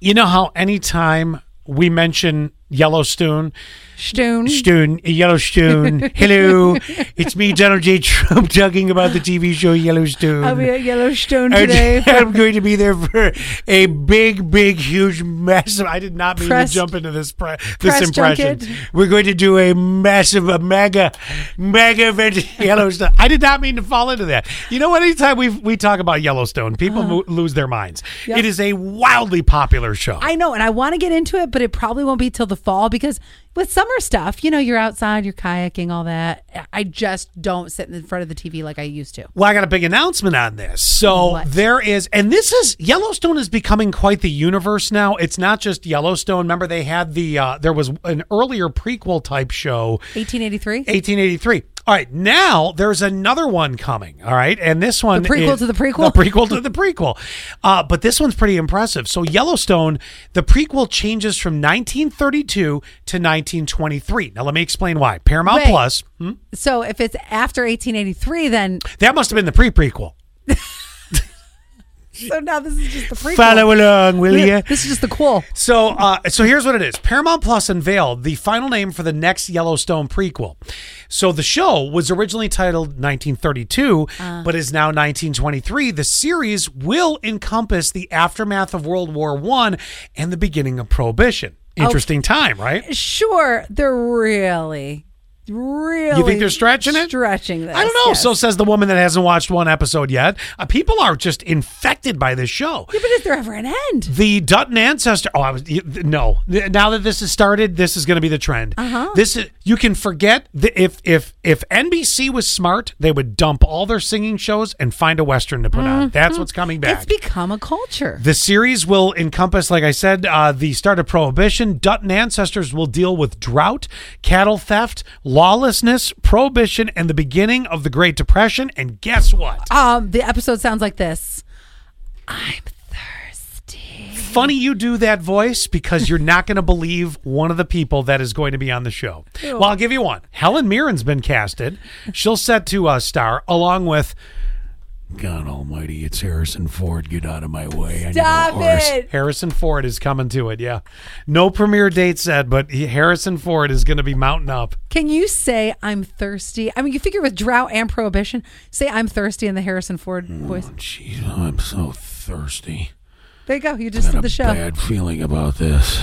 you know how anytime we mention Yellowstone, Stoon. Stoon, Yellowstone, hello, it's me, Donald J. Trump, talking about the TV show Yellowstone. I'll be at Yellowstone And today. I'm going to be there for a big, big, huge, massive. I did not mean Press- to jump into this pre- this press impression. junket. We're going to do a massive, a mega, mega event at Yellowstone. I did not mean to fall into that. You know, what? anytime we we talk about Yellowstone, people mo- lose their minds. Uh-huh. Yep. It is a wildly popular show. I know, and I want to get into it, but it probably won't be till the fall because with summer stuff, you know, you're outside, you're kayaking, all that. I just don't sit in front of the TV like I used to. Well, I got a big announcement on this. So What? there is, and this is Yellowstone is becoming quite the universe now. It's not just Yellowstone. Remember, they had the uh, there was an earlier prequel type show, 1883? 1883. All right, now there's another one coming. All right, and this one The prequel is- to the prequel? the prequel to the prequel. Uh, but this one's pretty impressive. So Yellowstone, the prequel changes from 1932 to 1923. Now let me explain why. Paramount Wait. Plus. hmm? So if it's after 1883, then. That must have been the pre-prequel. So now this is just the prequel. Follow along, will you? This is just the cool. So, uh, so here's what it is. Paramount Plus unveiled the final name for the next Yellowstone prequel. So the show was originally titled 1932, Uh. but is now 1923. The series will encompass the aftermath of World War One and the beginning of Prohibition. Oh. Interesting time, right? Sure, they're really, really. You think they're stretching it? Stretching this. I don't know. yes. So says the woman that hasn't watched one episode yet. Uh, people are just infected by this show. Yeah, but is there ever an end? The Dutton ancestor. Oh, I was you- th- no. Th- Now that this has started, this is going to be the trend. Uh-huh. This is you can forget the, if if if NBC was smart, they would dump all their singing shows and find a western to put on. That's what's coming back. It's become a culture. The series will encompass, like I said, uh, the start of prohibition. Dutton ancestors will deal with drought, cattle theft, lawlessness, prohibition, and the beginning of the Great Depression. And guess what? Um, the episode sounds like this. I'm funny you do that voice because you're not going to believe one of the people that is going to be on the show. Well, I'll give you one. Helen Mirren's been casted. She'll set to uh, star along with. God Almighty! It's Harrison Ford. Get out of my way! I need a Stop horse." it. Harrison Ford is coming to it. Yeah, no premiere date said, but he- Harrison Ford is going to be mounting up. Can you say I'm thirsty? I mean, you figure with drought and prohibition, say I'm thirsty in the Harrison Ford voice. Jeez, I'm so thirsty. There you go. You just did the show. Bad feeling about this.